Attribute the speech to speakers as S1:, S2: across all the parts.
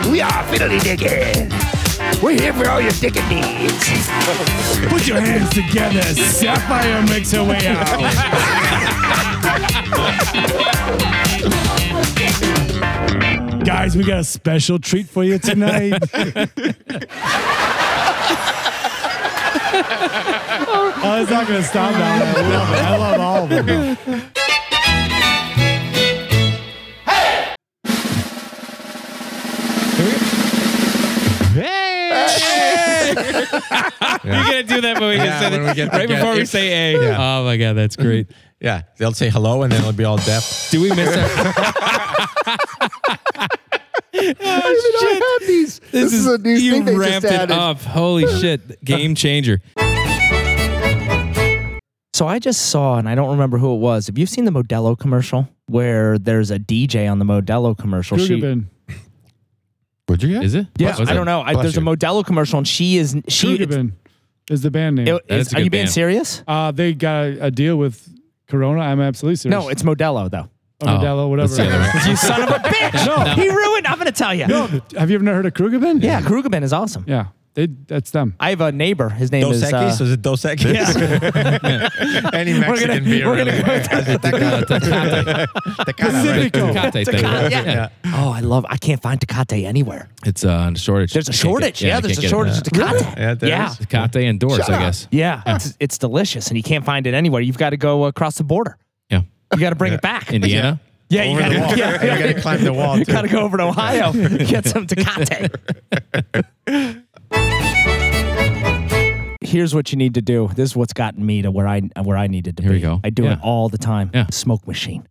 S1: fiddly diggin'. We're here for all your digging needs.
S2: Put your hands together. Sapphire makes her way out. Guys, we got a special treat for you tonight. oh, it's not going to stop now. I love it. I love all of them.
S3: You're gonna do that when we
S4: Yeah,
S3: just said
S4: when
S3: it
S4: we get
S3: right
S4: together.
S3: before we say a.
S4: Yeah.
S3: Oh my god, that's great.
S4: Yeah, they'll say hello and then it'll be all deaf.
S3: Do we miss that? Oh,
S1: I have these. This, is, a new
S3: you
S1: thing they
S3: ramped
S1: just
S3: it
S1: added.
S3: up. Holy shit, game changer.
S5: So I just saw, and I don't remember who it was. Have you seen the Modelo commercial where there's a DJ on the Modelo commercial? She-
S2: Kugabin.
S4: Would you?
S3: Is it?
S5: yeah,
S3: What was
S5: I
S3: it?
S5: don't know. I,
S4: Bless
S5: there's a
S4: you.
S5: Modelo commercial, and she is she. It's,
S2: Kugabin is the band name.
S5: it-
S3: That's
S5: is-
S3: a
S5: are you
S3: good
S5: being
S3: band.
S5: serious?
S2: Uh, they got a, a deal with Corona. I'm absolutely serious.
S5: No, it's Modelo though.
S2: Or Modelo, whatever.
S3: that's the other one.
S5: You son of a bitch!
S2: No.
S5: He ruined. I'm gonna tell you.
S2: Have you ever heard of Krugabin?
S5: Yeah, Krugman is awesome.
S2: Yeah. They, that's them.
S5: I have a neighbor. His name
S4: Dos
S5: is.
S4: Equis?
S5: Uh,
S4: Is it Dos Equis? Any Mexican
S5: gonna-
S4: beer.
S5: we're gonna
S4: really.
S5: go
S4: Tecate. Tecate, right?
S2: Pacifico.
S3: Tecate thing.
S5: Tecate, yeah. oh, I love. I can't find Tecate anywhere.
S3: It's uh, on a shortage.
S5: There's a
S3: Can't
S5: shortage.
S3: get-
S5: yeah,
S3: I can't
S5: there's a
S3: get it.
S5: shortage of Tecate.
S4: Yeah, there
S5: yeah.
S4: is.
S3: Tecate and doors, I guess.
S5: Yeah, it's it's delicious, and you can't find it anywhere. You've got to go across the border.
S3: Yeah.
S5: You got to bring it back.
S3: Indiana.
S5: Yeah, you
S4: Over
S5: got
S4: the wall.
S5: to. Yeah,
S4: You gotta climb the wall.
S5: You
S4: too.
S5: got to go over to Ohio. get some Tecate. Here's what you need to do. This is what's gotten me to where I where I needed to
S3: Here
S5: be.
S3: we go.
S5: I do
S3: Yeah.
S5: it all the time.
S3: Yeah.
S5: Smoke machine.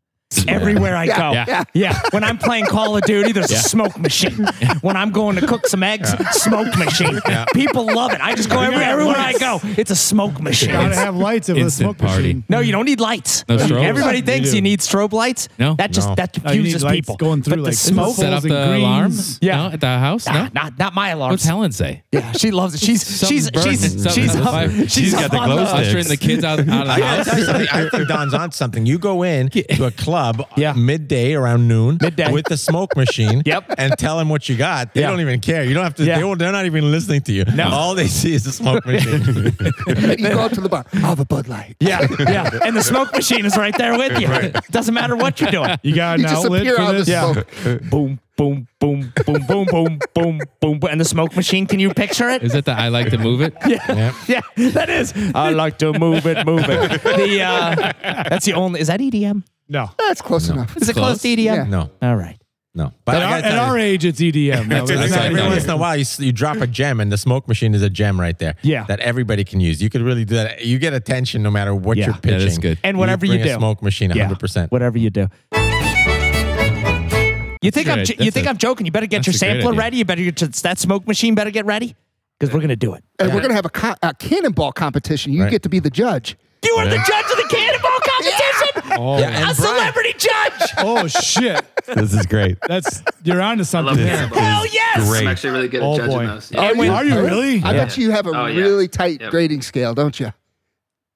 S5: Everywhere I go.
S3: Yeah.
S5: Yeah. When I'm playing Call of Duty, there's a smoke machine. When I'm going to cook some eggs, smoke machine. People love it. I just go everywhere, everywhere I go. It's a smoke machine.
S2: Gotta have lights over the
S3: Instant
S2: smoke machine.
S5: No, you don't need lights.
S3: No strobes?
S5: Everybody
S2: You
S5: thinks
S2: do.
S5: you need strobe lights.
S3: No.
S5: that just
S4: No.
S5: that
S2: Oh, you need
S5: confuses
S2: lights
S5: people.
S2: going through
S5: but
S2: like
S5: the
S2: this.
S5: smoke.
S3: Set up
S2: Balls and
S3: the alarm.
S2: greens.
S5: Yeah.
S3: No, at the house.
S5: Nah,
S3: No.
S5: not not my alarm.
S3: What's Helen say?
S5: Yeah, she loves it. She's she's
S3: Something's
S5: she's
S3: burning.
S5: she's,
S3: Something's on
S5: up,
S3: fire.
S5: she's
S4: She's
S5: up
S4: got the
S5: on
S4: glow
S5: the-
S4: stick.
S3: Ushering the kids out, out of the
S4: I gotta
S3: house.
S4: tell you something. I think Don's on something. You go in to a club
S5: Yeah.
S4: midday around noon
S5: Midday.
S4: with the smoke machine
S5: Yep.
S4: and tell them what you got. They
S5: Yeah.
S4: don't even care. You don't have to.
S5: Yeah.
S4: They won't, they're not even listening to you.
S5: No.
S4: All they see is the smoke machine.
S1: And you go up to the bar. Have a Bud Light.
S5: Yeah, yeah. And the smoke machine is right there with you. Doesn't matter what you're doing.
S2: You got an
S1: You just
S2: outlet
S1: appear
S2: for
S1: out of
S2: this?
S1: the smoke.
S5: boom, boom, boom, boom, boom, boom, boom, boom, boom. And the smoke machine. Can you picture it?
S3: Is it that I like to move it?
S5: Yeah, that is. I like to move it, move it. The uh, that's the only. Is that EDM?
S2: No.
S1: That's close enough.
S5: Is it close,
S3: Close.
S5: to EDM?
S1: Yeah.
S4: no,
S5: All right.
S4: no. But
S2: At
S4: I
S2: our,
S4: gotta
S2: at
S4: tell you-
S2: our age, it's EDM. No,
S4: It's
S2: it's
S4: like
S2: not E
S4: every
S2: EDM.
S4: once in a while, you, s- you drop a gem, and the smoke machine is a gem right there.
S2: Yeah.
S4: that everybody can use. You could really do that. You get attention no matter what
S5: Yeah.
S4: you're
S3: Yeah,
S4: pitching.
S3: that's good.
S5: And whatever you
S4: bring a
S5: do.
S4: smoke machine,
S5: Yeah.
S4: 100. percent
S5: Whatever you do. You think I'm
S3: great.
S5: j- you
S3: That's
S5: think
S3: a-
S5: i I'm joking? You better get your
S3: that's a great
S5: sampler
S3: idea.
S5: ready. You better get your, that smoke machine better get ready because we're gonna do it.
S1: And we're going to have a, co- a cannonball competition. You
S4: Right.
S1: get to be the judge.
S5: You are the judge of the cannonball competition.
S2: Oh,
S4: Yeah, and
S5: A celebrity judge.
S2: oh, shit.
S4: This is great.
S2: That's You're onto something
S6: love
S2: there.
S6: this.
S5: Hell yes.
S4: Great.
S6: I'm actually really good at
S2: Oh,
S6: judging
S2: boy.
S6: those.
S2: Are
S6: Yeah.
S2: you, are you really?
S1: I bet you have a
S6: Oh, yeah.
S1: really tight
S6: Yep.
S1: grading scale, don't you?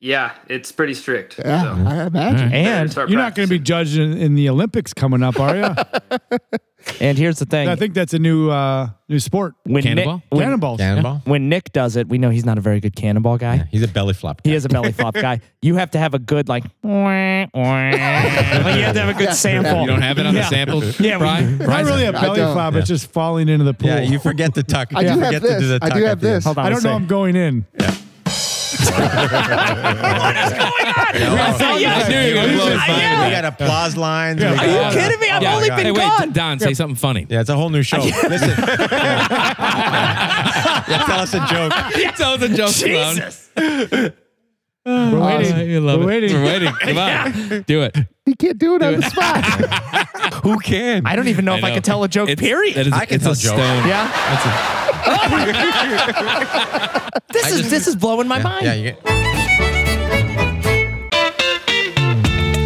S6: Yeah, it's pretty strict.
S1: Yeah,
S6: so.
S1: I imagine.
S5: And
S6: Start
S2: You're not going to be
S6: practicing.
S2: judged in, in the Olympics coming up, are you?
S5: and here's the thing.
S2: I think that's a new uh, new sport.
S5: when
S3: Cannonball?
S5: Nick, when,
S2: Cannonballs.
S4: Cannonball.
S5: when Nick does it, we know he's not a very good cannonball guy.
S4: He's a belly flop.
S5: He is a belly flop guy. You have to have a good like. wah, wah. Like, you have to have a good sample.
S3: You don't have it on the
S5: Yeah.
S3: sample?
S5: Yeah, we-
S3: Fry?
S2: It's not really a
S1: I
S2: belly
S1: don't.
S2: flop. It's just falling into the pool.
S4: Yeah, you forget to tuck.
S1: I
S4: you
S1: do have
S4: forget to do
S1: this.
S4: the
S1: I
S4: tuck
S1: do
S4: at
S1: have
S4: the end.
S1: this.
S5: Hold on.
S2: I don't know. I'm going in.
S5: I
S3: I knew you were gonna blow his
S5: I
S3: mind.
S5: am.
S4: We got applause lines.
S2: Yeah.
S4: We
S2: Are
S5: Are
S4: got-
S5: you kidding me? I've
S3: Yeah.
S5: only
S4: God.
S5: been
S3: Hey,
S5: gone.
S3: wait, Don, say something funny.
S4: Yeah, it's a whole new show. Listen. Yeah. Yeah, tell us a joke.
S3: Tell us a joke, Clown.
S5: Jesus.
S2: We're waiting.
S3: I love
S2: We're
S3: it.
S2: waiting.
S3: We're waiting. Come on. Do it.
S1: He can't do it on the spot.
S4: Who can?
S5: I don't even know if I
S3: know.
S5: could tell a joke,
S3: It's-
S5: period.
S3: That is,
S4: I can
S3: it's
S4: tell
S3: a
S4: jokes.
S3: stone.
S5: yeah.
S3: That's a-
S5: This is this is blowing my mind.
S4: Yeah, you get,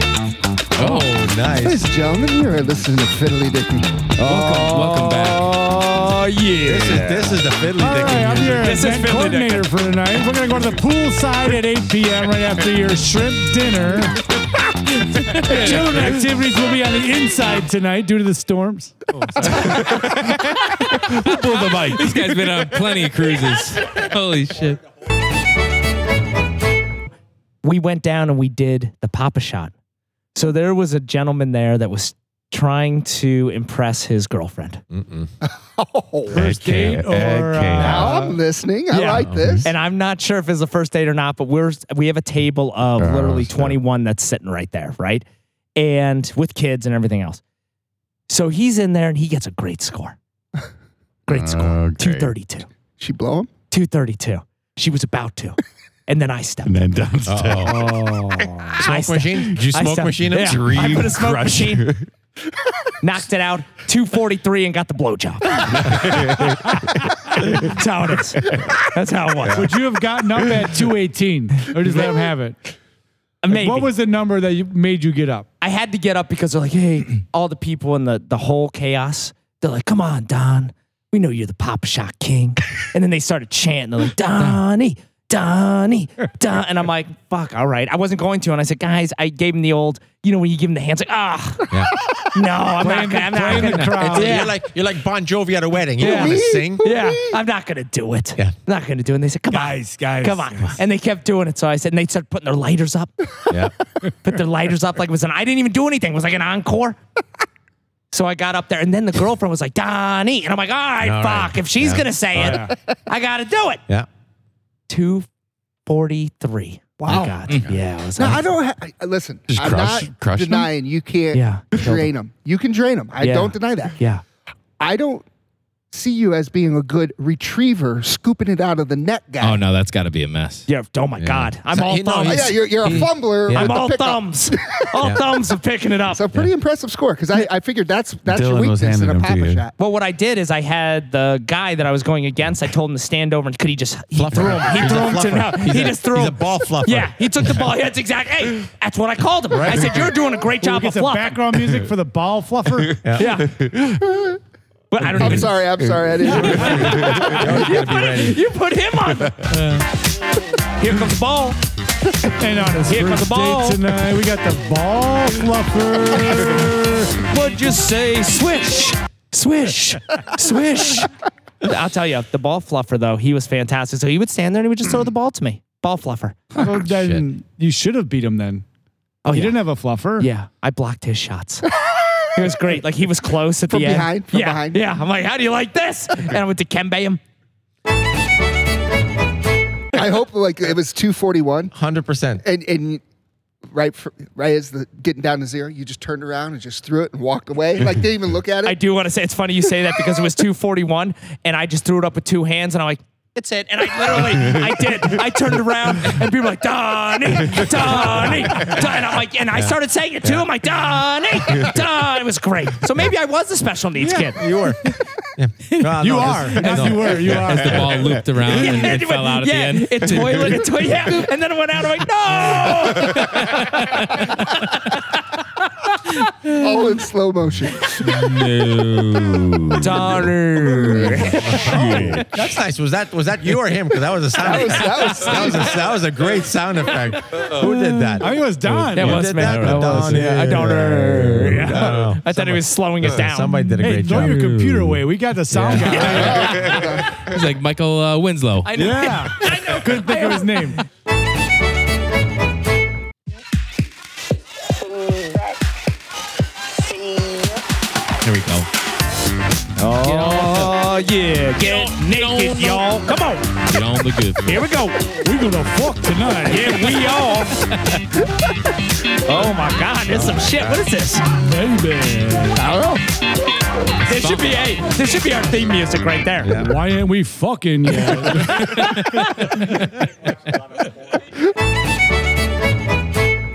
S3: oh,
S4: nice.
S1: Ladies and gentlemen, you are listening to Fiddly Dicky.
S3: welcome, welcome back.
S5: Oh yeah.
S4: This is this is the fiddly
S2: All
S4: dick.
S2: right, I'm your
S5: This is
S2: event
S5: Fiddly
S2: coordinator for tonight. We're going to go to the poolside at 8 p.m. right after your shrimp dinner. Children activities will be on the inside tonight due to the storms.
S3: We'll pull the bike. This guy's been on plenty of cruises. Holy shit.
S5: we went down and we did the Papa Shot. So there was a gentleman there that was trying to impress his girlfriend.
S2: First date
S4: Okay,
S2: or
S4: okay.
S2: uh,
S7: Now I'm listening. I
S5: yeah.
S7: like this.
S5: And I'm not sure if it's the first date or not, but we're we have a table of
S4: Oh,
S5: literally
S4: snap.
S5: 21 that's sitting right there, right? And with kids and everything else. So he's in there and he gets a great score. Great score.
S7: Okay.
S5: 232.
S7: she blow him.
S5: 232. She was about to. And then I stepped.
S2: and then downstairs.
S5: I
S4: Oh. Smoke
S5: stepped-
S4: machine? Did you
S5: I
S4: smoke
S5: stepped-
S4: machine him?
S5: yeah. I put a smoke machine, knocked it out, 243, and got the blowjob. That's how it is. That's how it was.
S2: Would you have gotten up at 218 or just let him have it?
S5: Maybe.
S2: What was the number that you, made you get up?
S5: I had to get up because they're like, hey, all the people in the, the whole chaos, they're like, come on, Don. We know you're the Papa Shot King. And then they started chanting. They're like, Donnie, Donnie, Don. And I'm like, fuck, all right. I wasn't going to. And I said, guys, I gave him the old, you know, when you give him the hands, like, ah,
S4: Yeah.
S5: no, I'm not
S2: Blame the-
S5: gonna, I'm not
S2: blame the
S5: gonna.
S2: crowd.
S5: Oh, Yeah.
S4: You're like you're like Bon Jovi at a wedding. You don't want to
S7: Me?
S4: sing.
S5: Yeah, I'm not gonna do it.
S4: Yeah.
S5: I'm not gonna do it. And they said, "Come
S2: Guys,
S5: on,
S2: guys,
S5: come on!" And they kept doing it. So I said, and they started putting their lighters up,
S4: Yeah.
S5: put their lighters up like it was an. I didn't even do anything. It was like an encore. so I got up there, and then the girlfriend was like, "Donnie," and I'm like, "All right,
S4: All right.
S5: fuck. If she's
S4: Yeah.
S5: gonna say it, I gotta do it."
S4: Yeah.
S5: Two forty-three.
S7: Wow.
S5: God.
S4: Mm-hmm.
S5: Yeah. It was
S7: No,
S5: like-
S7: I don't. Ha- I- listen,
S4: Just
S7: I'm
S4: crush-
S7: not
S4: crush 'em?
S7: denying you can't
S5: Yeah.
S7: drain them. You can drain them. I
S5: Yeah.
S7: don't deny that.
S5: Yeah.
S7: I don't see you as being a good retriever, scooping it out of the net guy.
S3: Oh, no, that's got to be a mess.
S5: Yeah. Oh my God. I'm
S4: So,
S5: all
S4: you know,
S5: thumbs.
S7: yeah, you're, you're a fumbler.
S4: Yeah.
S7: with
S5: I'm
S7: the
S5: all
S7: pickup.
S5: thumbs. all thumbs of picking it up.
S7: So pretty impressive score because I, I figured that's that's your
S8: Dylan was
S7: weakness in a
S8: handing them to
S7: papa
S8: you.
S7: shot.
S5: Well, what I did is I had the guy that I was going against. I told him to stand over and could he just he threw him. He
S4: He's a
S5: threw him to no.
S4: fluffer. He's
S5: he
S4: a-
S5: just threw
S4: he's a
S5: him.
S4: ball fluffer.
S5: Yeah, he took the ball. Yeah, That's exact. Hey, that's what I called him. I said you're doing a great
S2: Can we
S5: job
S2: get
S5: of
S2: some
S5: fluffing.
S2: background music for the ball fluffer?
S5: Yeah. but I don't
S7: I'm
S5: even.
S7: sorry. I'm sorry. I didn't.
S5: You put, you put him on. Here comes the ball.
S2: And on his
S5: Here comes
S2: first
S5: the ball.
S2: date tonight, we got the ball fluffer.
S5: What'd you say? Swish, swish, swish. I'll tell you, the ball fluffer though, he was fantastic. So he would stand there and he would just throw the ball to me. Ball fluffer.
S2: well, then you should have beat him then.
S5: Oh,
S2: You
S5: yeah.
S2: didn't have a fluffer.
S5: Yeah, I blocked his shots. it was great. Like he was close at
S7: From
S5: the end.
S7: behind? From
S5: yeah,
S7: behind?
S5: yeah. I'm like, how do you like this? And I went to Kembe him.
S7: I hope like it was 241
S4: Hundred percent.
S7: and and right fr- right as the getting down to zero, you just turned around and just threw it and walked away. Like didn't even look at it.
S5: I do want to say it's funny you say that because it was 241, and I just threw it up with two hands, and I'm like. It's it. And I literally, I did. I turned around and people were like, Donnie, Donnie. Don-" And I'm like, and I started saying it too. I'm like, Donnie, Don. It was great. So maybe I was a special needs kid.
S4: You were.
S2: You are. Not you were. You
S3: As the
S2: are.
S3: ball looped around and
S5: And
S3: it
S5: went-
S3: fell out at
S5: yeah,
S3: the end.
S5: It toilet, it toilet, yeah. And then it went out. I'm like, no.
S7: All in slow motion.
S5: Donner.
S4: oh, That's nice. Was that was that you or him? Because that was a sound.
S7: That was
S4: effect.
S7: that was
S4: that was a, that was a great sound effect. Who did that?
S2: I think it was Don.
S5: That
S4: Who
S5: was
S4: did
S5: me.
S4: that?
S5: That was
S4: Don-
S5: me. I don't know.
S4: I don't know.
S5: I thought he was slowing
S3: Uh,
S5: us down.
S4: Somebody did a
S2: Hey,
S4: great
S2: throw
S4: job.
S2: your computer away. We got the sound guy.
S3: He's like Michael uh, Winslow.
S5: I know.
S2: Yeah. Couldn't think of his name.
S3: Here we go.
S5: Oh yeah, get naked, y'all. Come on,
S3: Get on the good.
S5: here we go.
S2: We gonna fuck tonight.
S5: Yeah, we all. Oh my God, there's some shit. What is this? This should be a. This should be our theme music right there.
S2: Why ain't we fucking yet?